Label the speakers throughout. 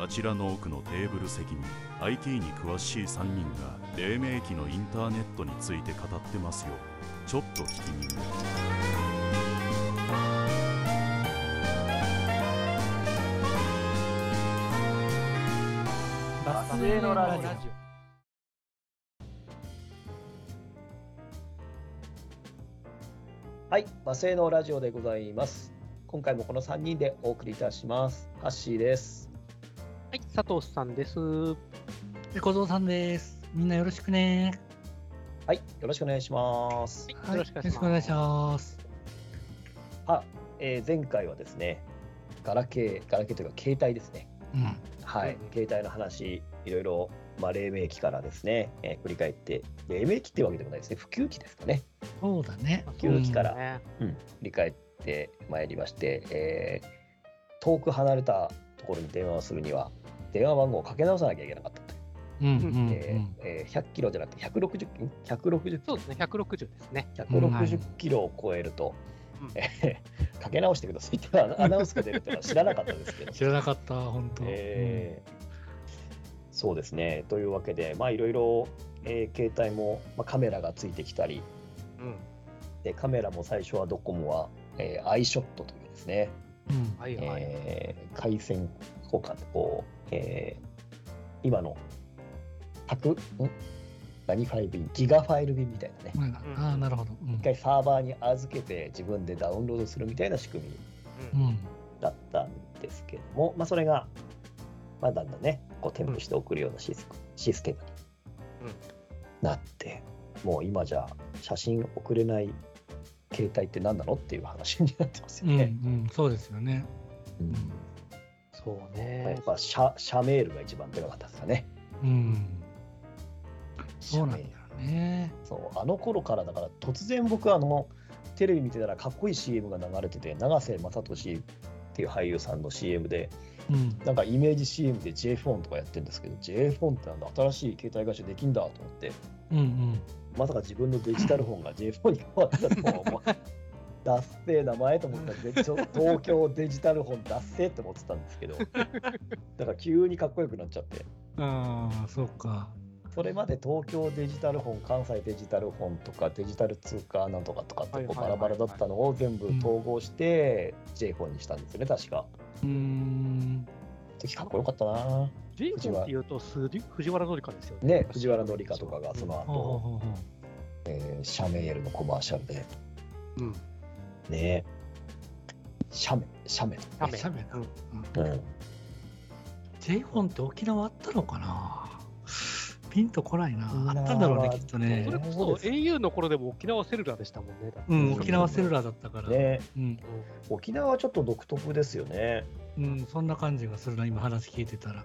Speaker 1: あちらの奥のテーブル席に IT に詳しい3人が黎明期のインターネットについて語ってますよちょっと聞きに
Speaker 2: バスへのラジオ
Speaker 3: はい、バスへのラジオでございます。今回もこの3人でお送りいたします。ハッシーです。
Speaker 2: はい、佐藤さんです。は
Speaker 4: 小僧さんです。みんなよろしくね。
Speaker 3: はい、よろしくお願いします。
Speaker 2: い、
Speaker 4: は
Speaker 2: よろ
Speaker 4: い
Speaker 2: しくお願いし
Speaker 4: よろ
Speaker 2: ま
Speaker 4: し
Speaker 2: す。
Speaker 4: くお願いします。
Speaker 3: は、えー前回はですね、ガラケー、ガラケーというか携帯ですね。
Speaker 4: うん。
Speaker 3: は
Speaker 2: う
Speaker 3: い、
Speaker 2: ん
Speaker 3: 携帯の話、いろいろ、まあ、黎明期からですね、えー振り返って、黎明期ってわけでもないですね、普及期ですかね。
Speaker 4: そうだね。
Speaker 3: 急に来たら
Speaker 2: ね
Speaker 3: うん、振り返ってまいりまして、えー遠く離れたところに電話をするには、電話番号をかけ直さなきゃいけなかったという。
Speaker 4: うんうんう
Speaker 3: え
Speaker 4: ん。
Speaker 3: ーえー100キロじゃなくて160、160
Speaker 2: そうですね、160ですね。
Speaker 3: 160キロを超えると、
Speaker 2: うん
Speaker 3: えー かけ直してくださいってアナアナウンスが出るっていうのは知らなかったですけ ど。
Speaker 4: 知らなかった、本当。
Speaker 3: えーそうですね。というわけで、まあ、いろいろ、えー携帯も、まあ、カメラがついてきたり
Speaker 2: うん。
Speaker 3: で、カメラも最初はドコモは、えーアイショットというですね、
Speaker 4: うん
Speaker 2: はいはい。
Speaker 3: えー回線交換でこう、えー今の100ん何ファイル便ギガファイル便みたいなね。
Speaker 4: うん。ああ、なるほど。うん
Speaker 3: 一回サーバーに預けて自分でダウンロードするみたいな仕組み
Speaker 2: う
Speaker 4: うんん。
Speaker 3: だったんですけども、まあ、それが、まあ、だんだんねこう添付して送るようなシス,、システムに
Speaker 2: うん
Speaker 3: なってもう今じゃ写真送れない携帯って何なのっていう話になってます
Speaker 4: う
Speaker 3: よ
Speaker 4: んう
Speaker 3: ね。
Speaker 4: ん。そうですよね。
Speaker 3: うん
Speaker 2: そう
Speaker 3: や
Speaker 2: ね
Speaker 3: っ。ぱ社社メールが一番でかかったですかね。
Speaker 4: うん。そうなんだ
Speaker 3: 社
Speaker 4: よ
Speaker 3: メール
Speaker 4: ね。
Speaker 3: そうあの頃からだから突然僕あのテレビ見てたらかっこいい CM が流れてて永瀬正敏っていう俳優さんの CM で
Speaker 4: うん。
Speaker 3: なんかイメージ CM で J フォンとかやってるんですけど J フォンってなんだ新しい携帯会社できんだと思って
Speaker 4: うんうん。
Speaker 3: まさか自分のデジタルフォンが J フォンに変わってたとは思わないダッセー名前と思ったん でちょ東京デジタルフォンダッセーって思ってたんですけどだから急にかっこよくなっちゃって
Speaker 4: ああ、そうか。
Speaker 3: それまで東京デジタルフォン関西デジタルフォンとかデジタル通貨なんとかとかってこう
Speaker 2: はいは
Speaker 3: バラ
Speaker 2: いは
Speaker 3: バ
Speaker 2: いはい
Speaker 3: ラだったのを全部統合して J フォンにしたんですよね確か。
Speaker 4: うーん。
Speaker 3: 時かっこよかったな
Speaker 2: ジェイソンって言うと、すり藤原紀香ですよね。
Speaker 3: ね藤原紀香とかがその
Speaker 4: ほうほう
Speaker 3: 後、
Speaker 4: ほうほう。
Speaker 3: えーシャメールのコマーシャルで
Speaker 2: うん。
Speaker 3: ねシャメシャメ、
Speaker 2: ダメ。
Speaker 4: シャメだ
Speaker 2: うん
Speaker 4: J フォンって沖縄あったのかなピンとこないな。あったんだろうね、きっとね
Speaker 2: そ。れこ
Speaker 3: そう
Speaker 2: そ
Speaker 3: です
Speaker 2: au の頃でも沖縄セルラーでしたもんね。だって
Speaker 4: うん、沖縄セル
Speaker 2: ラ
Speaker 4: ラーだったから。
Speaker 3: ね
Speaker 4: うん、
Speaker 3: 沖縄はちょっと独特ですよね
Speaker 4: うん、そんな感じがするな、今話聞いてたら。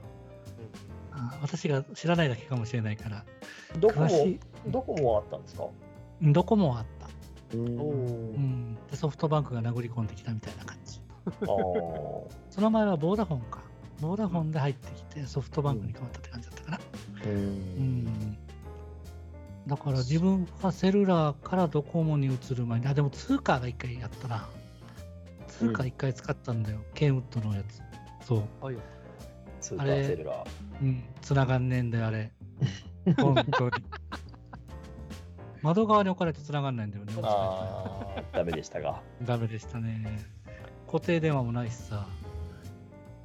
Speaker 4: あ私が知らないだけかもしれないから。
Speaker 3: どこ
Speaker 4: 詳
Speaker 3: も
Speaker 4: し
Speaker 3: どこもあったんですか
Speaker 4: い。どこもあった。
Speaker 3: う
Speaker 2: うんん。お
Speaker 4: う
Speaker 2: ー
Speaker 4: ん、でソフトバンクが殴り込んできたみたいな感じ。
Speaker 3: あー
Speaker 4: その前はボーダフォンか。ボーダフォンで入ってきて、ソフトバンクに変わったって感じだったかな。
Speaker 3: う
Speaker 4: うんん。だから自分はセルラーからドコモに移る前に、あ、でも通貨が一回やったな。通貨一回使ったんだよ、ケンウッドのやつ。そう。
Speaker 2: はい。
Speaker 3: スーパ
Speaker 4: あ
Speaker 3: ー
Speaker 4: れ
Speaker 3: セルラー
Speaker 4: うん、繋がんねえんだよ、あれ。本当に。窓側に置かれて繋がんないんだよね。
Speaker 3: あーダメでしたが
Speaker 4: ダメでしたね。固定電話もないしさ。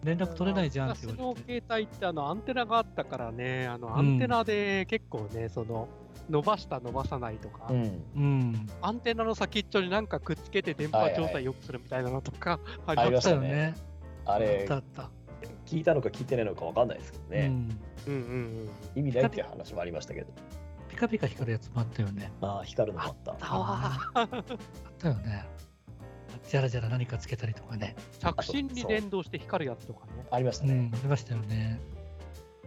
Speaker 4: 連絡取れないじゃんって
Speaker 2: 昔
Speaker 4: 言
Speaker 2: の
Speaker 4: われて。
Speaker 2: 携帯ってあのアンテナがあったからね、あのアンテナで結構ね、その伸ばした、伸ばさないとか、
Speaker 3: ん
Speaker 4: うん。
Speaker 2: アンテナの先っちょになんかくっつけて電波状態良くするみたいなのとか、あ
Speaker 3: はい
Speaker 2: り
Speaker 3: は
Speaker 2: ま
Speaker 3: い
Speaker 2: し
Speaker 4: だよね。
Speaker 3: あ
Speaker 4: あっ
Speaker 3: れ
Speaker 4: たあった。
Speaker 3: 聞いたのか聞いてないのかわかんないですけど
Speaker 4: う
Speaker 3: ね、
Speaker 4: ん。
Speaker 2: た。うんうんうん。
Speaker 3: 意味ないっていう話もありましたけど
Speaker 4: ピカピカ光るやつもあったよね。
Speaker 3: ああ光るのもあった
Speaker 2: たわ
Speaker 4: あったよね。じゃらじゃら何かつけたりとかね。
Speaker 2: 着信に連動して光るやつとかね。
Speaker 3: ありました
Speaker 4: う
Speaker 3: ね、
Speaker 4: ん、ありましたよね。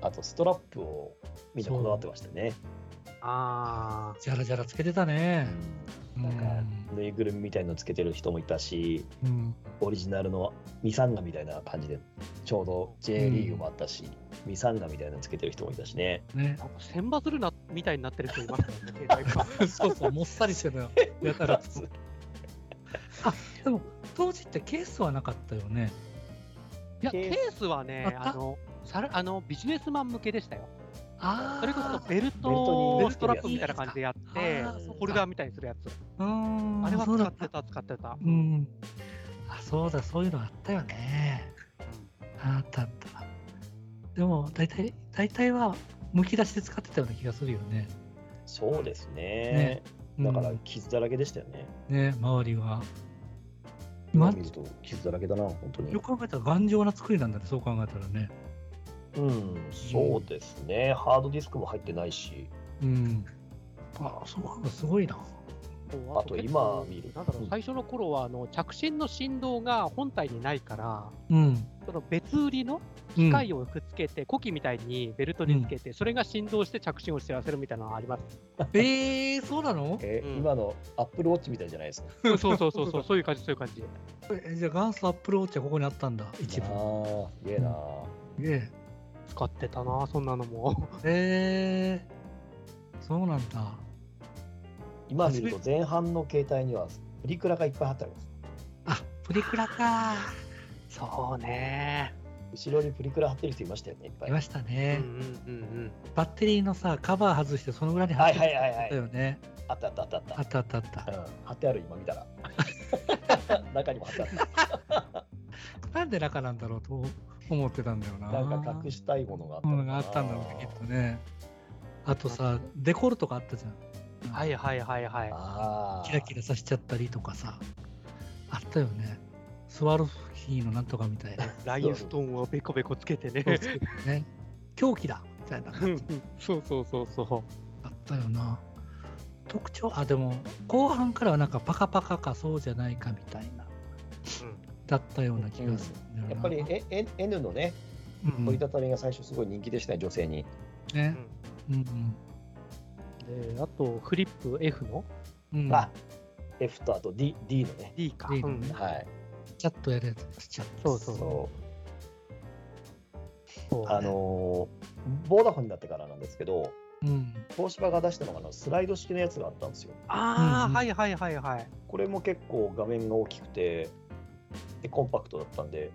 Speaker 3: あとストラップをみんなこだわってましたね
Speaker 2: あ
Speaker 4: じゃらじゃらつけてたね。うん
Speaker 3: なんかぬいぐるみみたいのつけてる人もいたし
Speaker 4: うん。
Speaker 3: オリジナルのミサンガみたいな感じでちょうど J リーグもあったし、ミサンガみたいなのつけてる人もいたしね
Speaker 4: ね
Speaker 2: あ。。なんか千羽鶴なみたいになってる人いましたよ ね、携帯が。
Speaker 4: そうそう、もっさりしてるのよ。やたら。でも、当時ってケースはなかったよね。
Speaker 2: いや、ケ
Speaker 3: ケース
Speaker 2: ースはね、
Speaker 4: あ
Speaker 2: あの、さらあのビジネスマン向けでしたよ。
Speaker 4: ああ。
Speaker 2: それこそベル
Speaker 3: ベルト
Speaker 2: ト
Speaker 3: に
Speaker 2: をストラップみたいな感じでやって
Speaker 4: あ、
Speaker 3: ーそっか
Speaker 2: ホルダーみたいにするやつ。
Speaker 4: うーん。
Speaker 2: あれは
Speaker 4: そう
Speaker 2: 使
Speaker 4: だ
Speaker 2: ってた、使ってた。
Speaker 4: うん。あ、そうだ、そういうのあったよね。あったあった。でも、大体、大体は、むき出しで使ってたような気がするよね。
Speaker 3: そうですね
Speaker 4: うん
Speaker 3: だから傷だらけでしたよね。
Speaker 4: ね、周りは。
Speaker 3: 今
Speaker 4: ま、
Speaker 3: 見ると傷だらけだな、本当に
Speaker 4: よ。く考えたら頑丈な作りなんだね、そう考えたらね。
Speaker 3: うん、そうですね。ハードディスクも入ってないし、
Speaker 4: うん。あ、そうなのすごいな。
Speaker 2: そう
Speaker 3: あと
Speaker 2: 結
Speaker 3: 今
Speaker 2: 構
Speaker 3: 見る
Speaker 2: なんだろ
Speaker 3: う
Speaker 2: うん最初の頃はあの着信の振動が本体にないから、
Speaker 4: うん。
Speaker 2: その別売りの機械をくっつけて、コキみたいにベルトにつけて、それが振動して着信を知らせるみたいなのがあります。
Speaker 4: えー、そうなの
Speaker 3: え
Speaker 2: うん
Speaker 3: 今のアップルウォッチみたいじゃないですか。
Speaker 2: そうそうそう そう、そういう感じ、そういう感じ。
Speaker 4: えじゃあ、元祖アップルウォッチはここにあったんだ、一
Speaker 3: あ
Speaker 4: 部。
Speaker 3: あ、すげえな。
Speaker 4: え
Speaker 2: 使ってたな、そんなのも。
Speaker 4: ええー、そうなんだ。
Speaker 3: 今見ると前半の携帯にはプリクラがいっぱい貼ってあります。
Speaker 4: あ、プリクラか。
Speaker 2: そうね。
Speaker 3: 後ろにプリクラ貼ってる人いましたよね、いっぱ
Speaker 4: い
Speaker 3: い。
Speaker 4: ました
Speaker 2: う
Speaker 4: ね、
Speaker 2: んうんうん
Speaker 4: バッテリーのさ、カバー外して、その裏に貼って
Speaker 3: はいはいはいはい
Speaker 4: たよね。
Speaker 3: あったあったあったあった。
Speaker 4: あったあったあった
Speaker 3: う。ん、貼ってある、今見たら。 中にも貼ってあっ
Speaker 4: なんで中なんだろうと思ってたんだよな。
Speaker 3: た。なんか隠したいものがあった
Speaker 4: も
Speaker 3: の
Speaker 4: の
Speaker 3: かな
Speaker 4: があったんだろうね、きっとね。あとさ、デコルとかあったじゃん。
Speaker 2: うん。はいはいはいはい。
Speaker 3: ああ。
Speaker 4: キラキラさせちゃったりとかさ。あったよね。スワロフキーのなんとかみたいな。
Speaker 2: ラインストーンをベコベコつけてね。
Speaker 4: ね。狂気だみたいな。
Speaker 2: そうそうそうそ
Speaker 4: あったよな。特徴、あ、でも、後半からはなんかパカパカかそうじゃないかみたいな。だったような気がするんだよな。
Speaker 3: やっぱり
Speaker 4: うん、
Speaker 3: ええ N のね、
Speaker 4: うん
Speaker 3: 折りたたみが最初すごい人気でしたね、女性に。
Speaker 2: う。う
Speaker 4: ね。
Speaker 2: ん
Speaker 4: うんうん。
Speaker 2: であと、フリップ F の
Speaker 4: うん、
Speaker 3: あ F とあと D, D のね。
Speaker 2: D か。
Speaker 4: D のね
Speaker 2: うん
Speaker 3: はい。
Speaker 4: チャットやるやつ。チャット。
Speaker 2: そうそう
Speaker 3: そ
Speaker 2: そう
Speaker 3: う。あのー、ボーダフォンになってからなんですけど、
Speaker 4: うん。
Speaker 3: 東芝が出したのがあのスライド式のやつがあったんですよ。
Speaker 2: あ
Speaker 4: うんうん
Speaker 2: あ、はいはいはいはい。
Speaker 3: これも結構画面が大きくて、でコンパクトだったんで、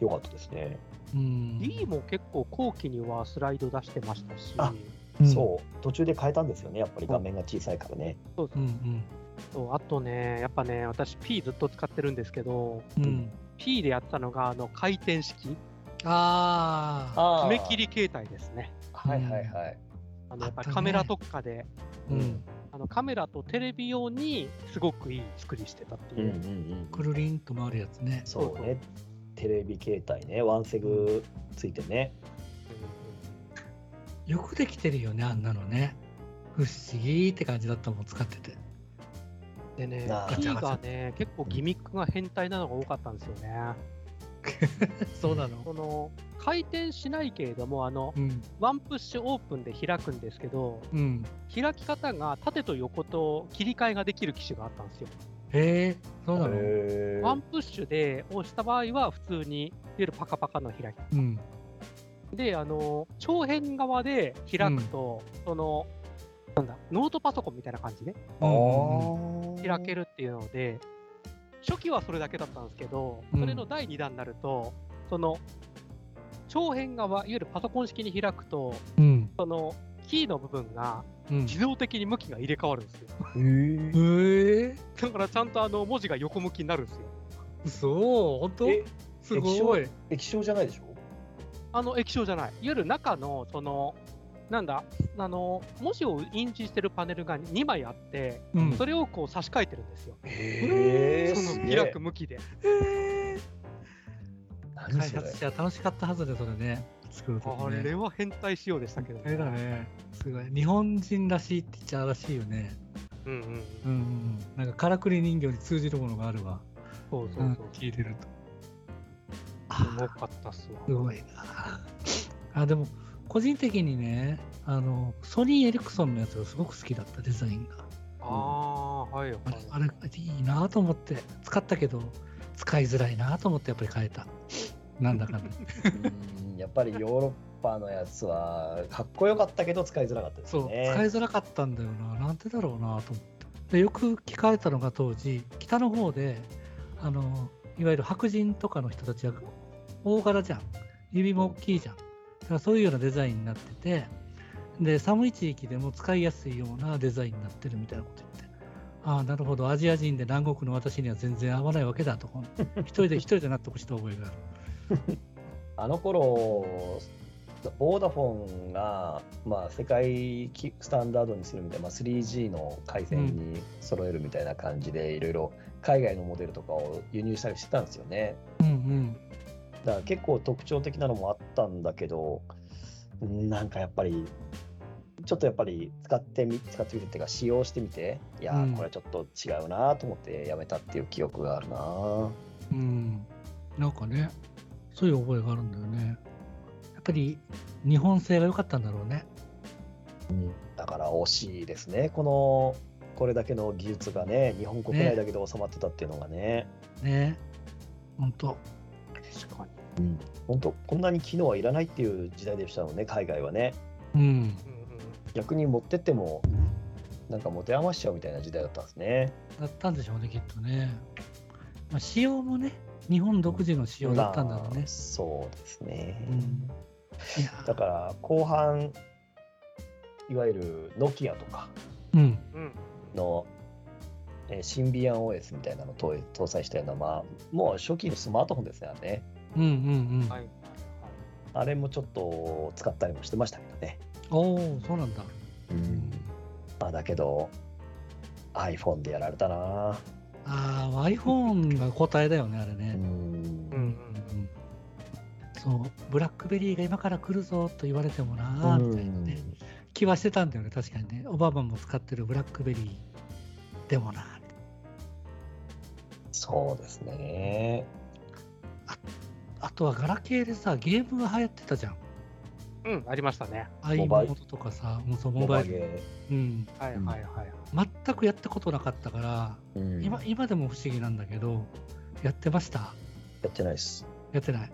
Speaker 3: 良かったですね。
Speaker 4: うん、
Speaker 2: D も結構後期にはスライド出してましたし、
Speaker 3: あ
Speaker 4: うん
Speaker 3: そう、途中で変えたんですよね、やっぱり画面が小さいからね。
Speaker 4: うん
Speaker 2: そうあとね、やっぱね、私 P ずっと使ってるんですけど、
Speaker 4: うんうん。
Speaker 2: P でやってたのがあの回転式、
Speaker 4: ああ。
Speaker 3: あ
Speaker 2: 爪切り携帯ですね。
Speaker 3: はいはいはい。
Speaker 2: あのやっぱ
Speaker 4: あったね
Speaker 2: りカメラ特化で、
Speaker 4: うん。
Speaker 2: あのカメラとテレビ用にすごくいい作りしてたっていう。
Speaker 3: ん
Speaker 4: くるりんと回るやつね。
Speaker 3: そうね、テレビ携帯ね、ワンセグついてね。
Speaker 4: よくできてるよね、あんなのね。不思議って感じだったもん、使ってて。
Speaker 2: でね
Speaker 3: あー、
Speaker 2: P がね、結構ギミックが変態なのが多かったんですよね。
Speaker 4: そうなの
Speaker 2: その回転しないけれども、あの
Speaker 4: うん。
Speaker 2: ワンプッシュオープンで開くんですけど、
Speaker 4: うん。
Speaker 2: 開き方が縦と横と切り替えができる機種があったんですよ。
Speaker 4: へえ、そうなの
Speaker 3: へ
Speaker 2: ワンプッシュで押した場合は普通にいわゆるパカパカの開き。
Speaker 4: うん。
Speaker 2: で、あの長辺側で開くと、そのなんだノートパソコンみたいな感じで
Speaker 3: ー
Speaker 2: 開けるっていうので、初期はそれだけだったんですけど、
Speaker 4: うん
Speaker 2: それの第2弾になると、その長辺側、いわゆるパソコン式に開くと、
Speaker 4: うん。
Speaker 2: そのキーの部分が
Speaker 4: うん。
Speaker 2: 自動的に向きが入れ替わるんですよ。
Speaker 3: へ
Speaker 4: へえ、
Speaker 2: だからちゃんとあの文字が横向きになるんですよ。
Speaker 4: そう、本当
Speaker 3: え。え、
Speaker 4: すごい。
Speaker 3: 液晶じゃないでしょ
Speaker 2: あの液晶じゃない、いわゆる中の、その、なんだ、あの、文字を印字してるパネルが2枚あって、
Speaker 4: うん
Speaker 2: それをこう差し替えてるんですよ。
Speaker 3: へー
Speaker 2: そ
Speaker 3: す
Speaker 2: の
Speaker 3: げえ
Speaker 2: 開く向きで。
Speaker 3: 何
Speaker 4: 開
Speaker 3: それ
Speaker 4: 発者楽しかったはずで、それね。作ると
Speaker 2: あ
Speaker 4: き
Speaker 2: れ
Speaker 4: ね。
Speaker 2: は変態仕様でしたけど
Speaker 4: あれだね。すごい。日本人らしいって言っちゃうらしいよね。
Speaker 2: うんうんうん。
Speaker 4: うんうんうん。なんか、からくり人形に通じるものがあるわ。
Speaker 2: そうそううんそう。
Speaker 4: 聞いてると。
Speaker 2: すごかったっすわ。
Speaker 4: すごいな。あでも個人的にねあのソニー・エリクソンのやつがすごく好きだったデザインが
Speaker 2: ああー、はいはい
Speaker 4: あれあれいいなと思って使ったけど使いづらいなと思ってやっぱり変えたなんだかんだ
Speaker 3: うんやっぱりヨーロッパのやつはかっこよかったけど使いづらかったです
Speaker 4: そう、
Speaker 3: ね。
Speaker 4: 使いづらかったんだよななんでだろうなと思ってでよく聞かれたのが当時北の方であのいわゆる白人とかの人たちが大柄じゃん指も大きいじゃんだからそういうようなデザインになっててで寒い地域でも使いやすいようなデザインになってるみたいなこと言ってああなるほどアジア人で南国の私には全然合わないわけだと一人で一人で納得した覚えがある
Speaker 3: あの頃ボーダフォンが、まあ、世界きスタンダードにするみたいな、まあ、3G の回線に揃えるみたいな感じで、いろいろ海外のモデルとかを輸入したりしてたんですよね。
Speaker 4: うんうん
Speaker 3: だから結構特徴的なのもあったんだけど、うんなんかやっぱり、ちょっとやっぱり使ってみ使ってみてっていうか、使用してみて、いや
Speaker 4: うん
Speaker 3: ー、これちょっと違うなと思ってやめたっていう記憶があるな、
Speaker 4: うん、なんかね、そういう覚えがあるんだよね。やっぱり日本製が良かったんだろうね。
Speaker 3: だから惜しいですね、このこれだけの技術がね、日本国内だけで収まってたっていうのがね、
Speaker 4: ね。本当。
Speaker 2: 確かに。
Speaker 3: 本当、こんなに機能はいらないっていう時代でしたもんね、海外はね。
Speaker 4: うん。
Speaker 2: うんうん
Speaker 3: 逆に持ってっても、なんか持て余しちゃうみたいな時代だったんですね。
Speaker 4: だったんでしょうね、きっとね。まあ、仕様もね、日本独自の仕様だったんだろう
Speaker 3: ま
Speaker 4: ね
Speaker 3: あ。そうですね。
Speaker 4: うん。いや
Speaker 3: だから、後半、いわゆるノキアとか
Speaker 4: うん。
Speaker 2: うん
Speaker 3: の、えーシンビアン OS みたいなのを搭搭載したような、まあ、もう初期のスマートフォンですね、あれね。
Speaker 4: うんうんうん。
Speaker 2: はいはい
Speaker 3: あれもちょっと使ったりもしてましたけどね。
Speaker 4: おお、そうなんだ。
Speaker 3: まあだけど iPhone でやられたな、
Speaker 4: ああ、iPhone が答えだよね、あれ
Speaker 3: う
Speaker 4: ね。
Speaker 2: うん
Speaker 3: ん
Speaker 2: うん
Speaker 4: うんそう、ブラックベリーが今から来るぞと言われてもなーみたいなね。気はしてたんだよね、確かにね。オバマも使ってるブラックベリーでもな。
Speaker 3: そうですね
Speaker 4: あとはガラケーでさ、ゲームが流行ってたじゃん。
Speaker 2: うん。うん、ありましたね。
Speaker 4: アイ
Speaker 3: モバイ
Speaker 4: モードとかさ、もうそうモ
Speaker 3: モ
Speaker 4: バ
Speaker 3: バ
Speaker 4: イル。
Speaker 3: ゲ
Speaker 4: うん。
Speaker 2: はいはいはいはい。
Speaker 4: 全くやったことなかったから、
Speaker 3: ー、うん
Speaker 4: 今今でも不思議なんだけど、やってました
Speaker 3: やってないです
Speaker 4: やってない。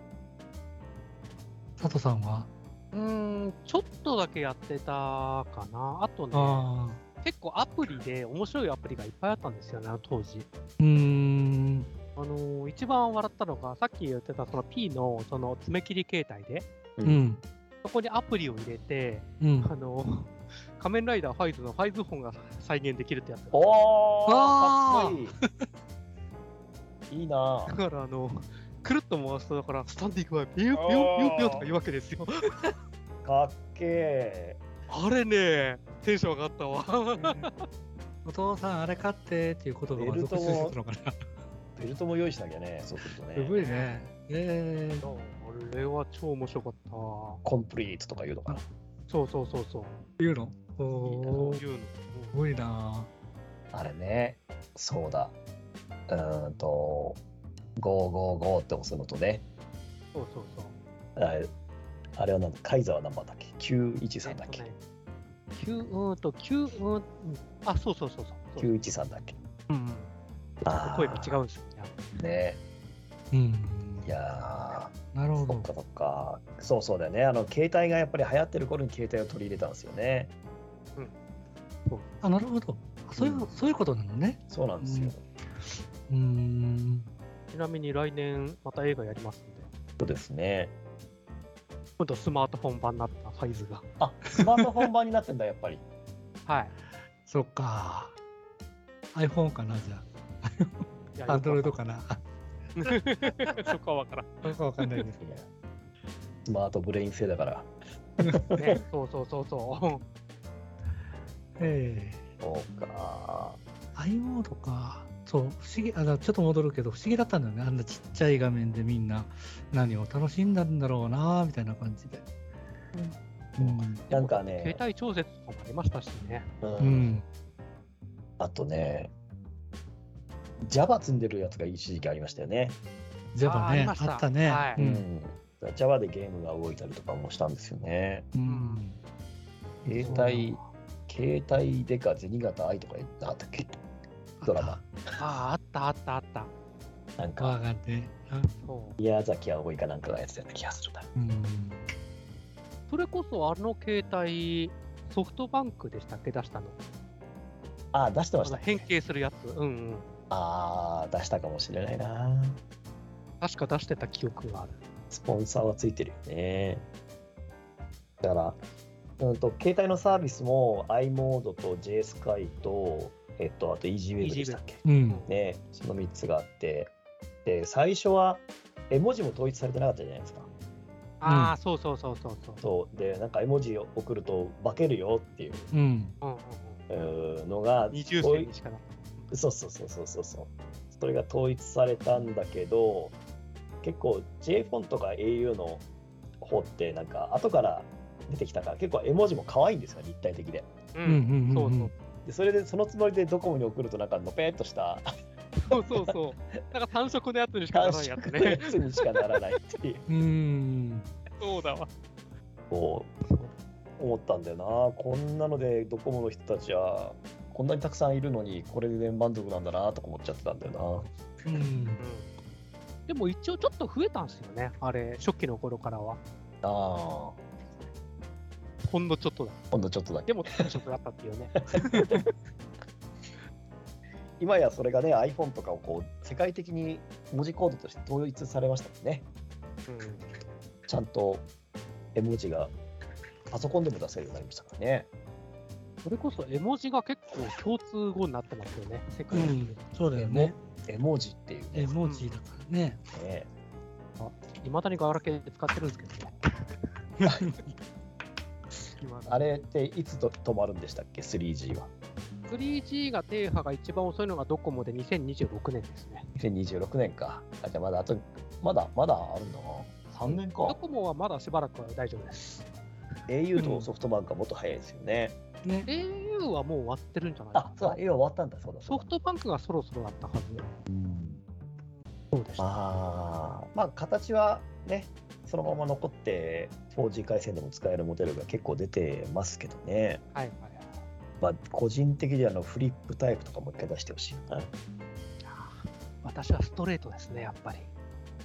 Speaker 4: 佐藤さんは
Speaker 2: うーん、ちょっとだけやってたかな。あとね、
Speaker 4: ああ。
Speaker 2: 結構アプリで面白いアプリがいっぱいあったんですよね、あの当時。
Speaker 4: うーん。
Speaker 2: あのー一番笑ったのが、さっき言ってたその P のその爪切り携帯で、
Speaker 3: う
Speaker 4: うん。
Speaker 2: そこにアプリを入れて、
Speaker 4: うん。
Speaker 2: あのー仮面ライダーファイズのファイズ本が再現できるってやつ。
Speaker 3: おー
Speaker 4: あー
Speaker 3: かっこ いいいいな
Speaker 2: だからあのくるっと回すと、だから、スタンディングはビュービュービュービューとか言うわけですよ。
Speaker 3: かっけ
Speaker 2: あれね、テンション上がったわ。
Speaker 4: お父さん、あれ買ってっていう言葉が続出して たのかな。
Speaker 3: ーベルトも用意しなきゃねそうすると
Speaker 4: すご
Speaker 3: ね
Speaker 4: いね。ええ
Speaker 2: あれは超面白かった。
Speaker 3: コンプリートとか言うのかな
Speaker 2: そうそうそうそう。
Speaker 4: 言うのお
Speaker 2: そ
Speaker 4: お
Speaker 2: う
Speaker 4: ー。す
Speaker 2: いうの。
Speaker 4: ごいな。
Speaker 3: あれねそうだうーんと555って押すのとね
Speaker 2: そうそうそう。
Speaker 3: あれあれはなんだカイザーは何番だっけ ?913 だっけ、
Speaker 2: えとね、9うーんと9うーんうんあそうそうそうそうそう。
Speaker 3: ?913 だっけ
Speaker 2: うんうん、
Speaker 3: あー
Speaker 2: 声が違うんですよね。
Speaker 3: ね
Speaker 4: うん。
Speaker 3: いや
Speaker 4: なる
Speaker 3: ー
Speaker 4: ほ
Speaker 3: そ
Speaker 4: ど。
Speaker 3: っかそっかそうそうだよねあの携帯がやっぱり流行ってる頃に携帯を取り入れたんですよね
Speaker 4: あ、なるほど。あそういう、
Speaker 3: うん
Speaker 4: そういうことなのね。
Speaker 3: そうなんですよ、
Speaker 4: うんうーん。
Speaker 2: ちなみに来年また映画やりますんで。
Speaker 3: そうですね
Speaker 2: 今度スマートフォン版になったファイズが。
Speaker 3: あスマートフォン版になってんだやっぱり
Speaker 2: はい。
Speaker 4: そっか。iPhone かな、じゃ
Speaker 2: いや
Speaker 4: あ。Android
Speaker 2: よ
Speaker 4: か な。
Speaker 2: くわかんないそこはわからん。
Speaker 4: なんかわかん ないけど。
Speaker 3: いや スマートブレイン製だから
Speaker 2: ね、そうそうそうそ
Speaker 4: え
Speaker 3: そうか
Speaker 4: え i モードか。そう、不思議、あだちょっと戻るけど、不思議だったんだよね。あんなちっちゃい画面でみんな何を楽しんだんだろうな、みたいな感じで。うん。
Speaker 2: う。
Speaker 3: なん
Speaker 2: で
Speaker 3: か
Speaker 2: も
Speaker 3: ね
Speaker 2: 携帯調節とかもありましたしね。
Speaker 3: うん、
Speaker 4: うん。
Speaker 3: あとね Java 積んでるやつが一時期ありましたよね、
Speaker 4: ジャ
Speaker 2: あ
Speaker 4: バ
Speaker 2: ーあり
Speaker 4: ね、
Speaker 2: ました
Speaker 4: あったね。。
Speaker 2: はいう
Speaker 3: うんん、Java でゲームが動いたりとかもしたんですよね
Speaker 4: うん。
Speaker 3: 携帯携帯デカ銭形愛とか言ってなかったっけドラマ
Speaker 2: ああ、あったあったあった。
Speaker 3: なんか
Speaker 4: わかんねえな。
Speaker 2: そう。
Speaker 3: 宮崎葵かなんかがやってたような気がするな。
Speaker 4: うん。
Speaker 2: それこそあの携帯、ソフトバンクでしたっけ出したの。
Speaker 3: ああ、出してま
Speaker 2: あ
Speaker 3: し
Speaker 2: の
Speaker 3: た。
Speaker 2: 変形するやつ。うんうん。
Speaker 3: ああ、出したかもしれないな。
Speaker 2: 確か出してた記憶がある。
Speaker 3: スポンサーはついてるよね。だから、うんと、携帯のサービスも i モードと j スカイと、えっと、あと EasyWeb でしたっけ
Speaker 4: うん。
Speaker 3: ね、その3つがあって、で、最初は絵文字も統一されてなかったじゃないですか。
Speaker 2: ああ、そうそうそうそうそう。
Speaker 3: そう、で、なんか絵文字を送ると化けるよっていう
Speaker 4: うん。
Speaker 2: うんうん
Speaker 3: うんのが
Speaker 2: うん、、20
Speaker 3: お
Speaker 2: 世
Speaker 3: い
Speaker 2: にしかない。
Speaker 3: そうそうそうそうそうそう。それが統一されたんだけど、結構 j フォンとか au の方ってなんか後から出てきたから結構絵文字も可愛いんですよ立体的で
Speaker 2: う
Speaker 4: うん。うん
Speaker 2: ん。
Speaker 4: うん。
Speaker 2: そうそう
Speaker 3: でそれでそのつもりでドコモに送るとなんかのぺーっとした
Speaker 2: そうそうそう。なんか単色のやつにしかなら
Speaker 3: 単
Speaker 2: ないやつ
Speaker 3: 色のや
Speaker 2: ね。
Speaker 3: つにしかならないっていう
Speaker 4: うん。
Speaker 2: そうだわ。
Speaker 3: こう思ったんだよなこんなのでドコモの人たちはこんなにたくさんいるのにこれで満足なんだなとか思っちゃってたんだよ
Speaker 4: うん。
Speaker 2: うんでも一応ちょっと増えたんですよね、あれ、初期の頃からは。
Speaker 3: なあ
Speaker 2: ほんのちょっとだ。
Speaker 3: 今度ちょっとだけ
Speaker 2: でも、ちょっとだったっていうね。
Speaker 3: 今やそれがね iPhone とかをこう世界的に文字コードとして統一されましたもんね
Speaker 2: うん
Speaker 3: ちゃんと絵文字がパソコンでも出せるようになりましたからね
Speaker 2: それこそ絵文字が結構共通語になってますよね、世
Speaker 4: う
Speaker 2: 界的に
Speaker 4: ん。そうだよね。
Speaker 3: 絵文字っていう
Speaker 4: 絵
Speaker 3: ね
Speaker 4: 文字だからね。
Speaker 3: ね
Speaker 2: いまだにガラケーで使ってるんですけどね。今
Speaker 3: あれっていつと止まるんでしたっけ 3G は
Speaker 2: 3G が低波が一番遅いのがドコモで2026年ですね。
Speaker 3: 2026年かあじゃあまだあとまだまだあるんだな3年
Speaker 2: ド
Speaker 3: か
Speaker 2: コモはまだしばらくは大丈夫です。
Speaker 3: au とソフトバンクはもっと早いですよね、
Speaker 4: ね。
Speaker 2: au はもう終わってるんじゃない
Speaker 3: あ
Speaker 2: です
Speaker 3: そう
Speaker 2: か
Speaker 3: だ。au 終わったんだそうだそ
Speaker 2: ソ
Speaker 3: う
Speaker 2: フ
Speaker 3: だ
Speaker 2: トバンクがそろそろだったはず。
Speaker 3: うん
Speaker 2: そうでした。
Speaker 3: まあまあ形はねそのまま残って 4G 回線でも使えるモデルが結構出てますけどね
Speaker 2: はいはい
Speaker 3: まあ個人的にはあのフリップタイプとかもう一回出してほしいな
Speaker 2: 私はストレートですね、やっぱり。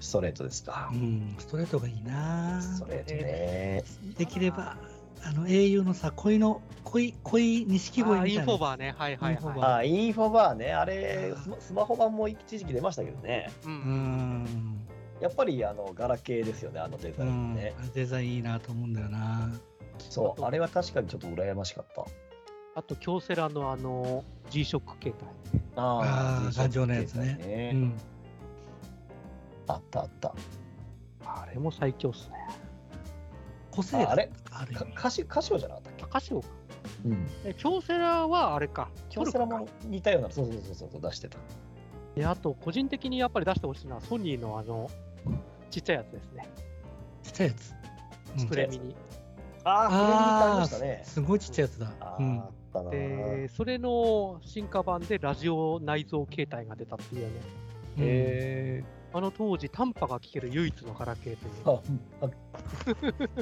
Speaker 3: ストレートですか
Speaker 4: うん。ストレートがいいな。
Speaker 3: ストレートね
Speaker 4: できれば、あの、英雄のさ、恋の、恋、恋、錦
Speaker 2: あ
Speaker 4: 鯉みた
Speaker 2: ー
Speaker 4: い
Speaker 2: イ
Speaker 4: な。
Speaker 2: ンフォバーね。はいはい
Speaker 4: インフォ
Speaker 2: はい。
Speaker 4: バ
Speaker 3: あインフォバーねあれスマスマホ版も一時期出ましたけどね
Speaker 2: う
Speaker 4: うんん。
Speaker 3: やっぱりあのガラケーですよねあのデ
Speaker 4: う
Speaker 3: ザイン
Speaker 4: ん
Speaker 3: ね。
Speaker 4: デザインいいなと思うんだよな。
Speaker 3: そうあれは確かにちょっと羨ましかった
Speaker 2: あと、京セラのあの G ショック携帯。
Speaker 4: あー
Speaker 3: G-Shock
Speaker 4: 頑丈なやつね
Speaker 3: 携帯
Speaker 4: うん。
Speaker 3: あったあった
Speaker 2: あれも最強っすね。
Speaker 4: 個性が
Speaker 3: あれ
Speaker 4: あるよ
Speaker 3: か
Speaker 4: ね。
Speaker 3: カシカシオじゃなかったっけ
Speaker 2: 高潮か。
Speaker 3: うん
Speaker 2: え京セラはあれか。
Speaker 3: 京セラ
Speaker 2: トル
Speaker 3: も似たようなそうそうそうそうそう出してた
Speaker 2: コか。で、あと、個人的にやっぱり出してほしいのは、ソニーのあの、ちっちゃいやつですね。
Speaker 4: ちっちゃいやつ。うん
Speaker 2: プレミニ。
Speaker 3: ああ
Speaker 4: あ
Speaker 3: これに似てありましたね
Speaker 4: すごいちっちゃいやつだ。
Speaker 3: あ
Speaker 4: う
Speaker 3: ー
Speaker 4: ん
Speaker 3: あ。ったな
Speaker 2: で、それの進化版でラジオ内蔵携帯が出たっていうね。
Speaker 4: うん
Speaker 3: へえ
Speaker 2: あの当時、短波が聞ける唯一のガラケーという。
Speaker 3: ああ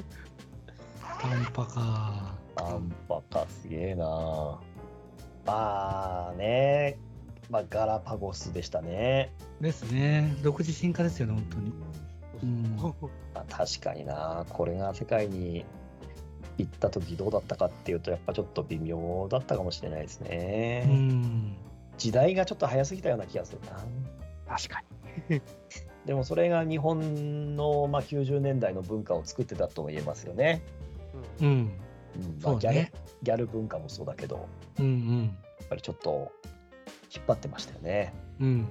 Speaker 4: 短波か。
Speaker 3: アンパかすげえなまあねまあガラパゴスでしたね、
Speaker 4: ですね。独自進化ですよね、本当に。うん
Speaker 3: まあ、確かになこれが世界に行った時どうだったかっていうとやっぱちょっと微妙だったかもしれないですね、
Speaker 4: うん。
Speaker 3: 時代がちょっと早すぎたような気がするな
Speaker 2: 確かに。
Speaker 3: でもそれが日本の、まあ、90年代の文化を作ってたとも言えますよね、
Speaker 2: うん
Speaker 4: うん。
Speaker 3: うんまあ
Speaker 4: そう
Speaker 3: ギャル
Speaker 4: ね。
Speaker 3: ギャル文化もそうだけど
Speaker 4: うん
Speaker 3: やっぱりちょっと引っ張ってましたよね
Speaker 4: うん。うん。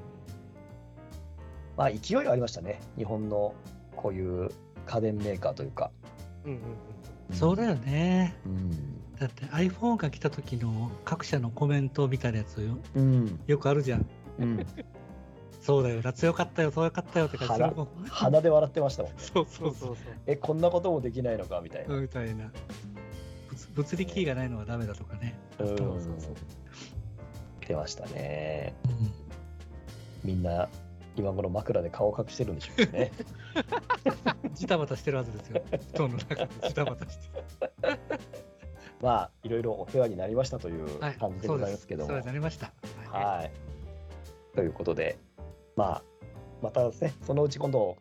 Speaker 3: まあ、勢いはありましたね、日本のこういう家電メーカーというか。
Speaker 2: うんうんうん
Speaker 4: そうだよね。
Speaker 3: うん、
Speaker 4: だって iPhone が来た時の各社のコメントみたいなやつよ
Speaker 3: うん
Speaker 4: よくあるじゃん。
Speaker 3: うん、
Speaker 4: そうだよな、強かったよ、強かったよって感じ
Speaker 3: 腹
Speaker 4: それも
Speaker 3: 鼻で笑ってましたもん、ね、
Speaker 4: そうそ
Speaker 2: そうう
Speaker 4: そ
Speaker 2: そう
Speaker 4: う。
Speaker 2: そう。
Speaker 3: え、こんなこともできないのかみたいな。
Speaker 4: みたいな。物物理キーがないのはダメだとかね。
Speaker 3: うん
Speaker 4: そうそうそう
Speaker 3: 出ましたね。
Speaker 4: うん
Speaker 3: みんな、今頃枕で顔隠してるんでしょうね。
Speaker 4: ジタバタしてるはずですよ。布団の中でジタバタして。
Speaker 3: まあ、いろいろお世話になりましたという
Speaker 4: はい
Speaker 3: 感じ、で
Speaker 4: そ
Speaker 3: ご
Speaker 4: う
Speaker 3: ざい
Speaker 4: で
Speaker 3: ます
Speaker 4: す。
Speaker 3: けど
Speaker 4: そう
Speaker 3: も。
Speaker 4: になりました。
Speaker 3: はい。ということで、まあ、またですね、そのうち今度、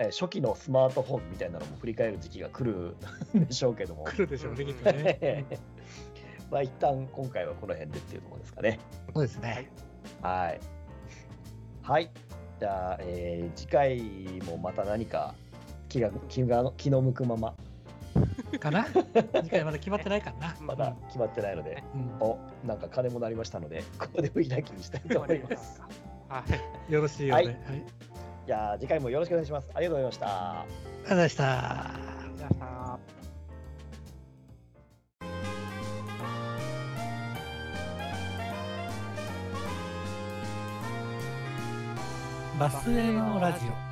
Speaker 3: えー初期のスマートフォンみたいなのも振り返る時期が来るんでしょうけども、
Speaker 4: 来るでしょうね、きっとね。
Speaker 3: まあ一旦今回はこの辺でっていうところですかね。
Speaker 4: そうですね。
Speaker 3: はい。はい。じゃあ、えー次回もまた何か気が気が気の向くまま
Speaker 4: かな次回まだ決まってないからな。
Speaker 3: まだ決まってないので、
Speaker 4: うん
Speaker 3: おなんか金もなりましたのでここでお開きにしたいと思 います。
Speaker 2: はい。
Speaker 4: よろしいようで。
Speaker 3: は
Speaker 4: はいい。
Speaker 3: じゃあ次回もよろしくお願いします。ありがとうございました。
Speaker 4: ありがとうございました。
Speaker 2: 皆さん
Speaker 4: バスへのラジオ。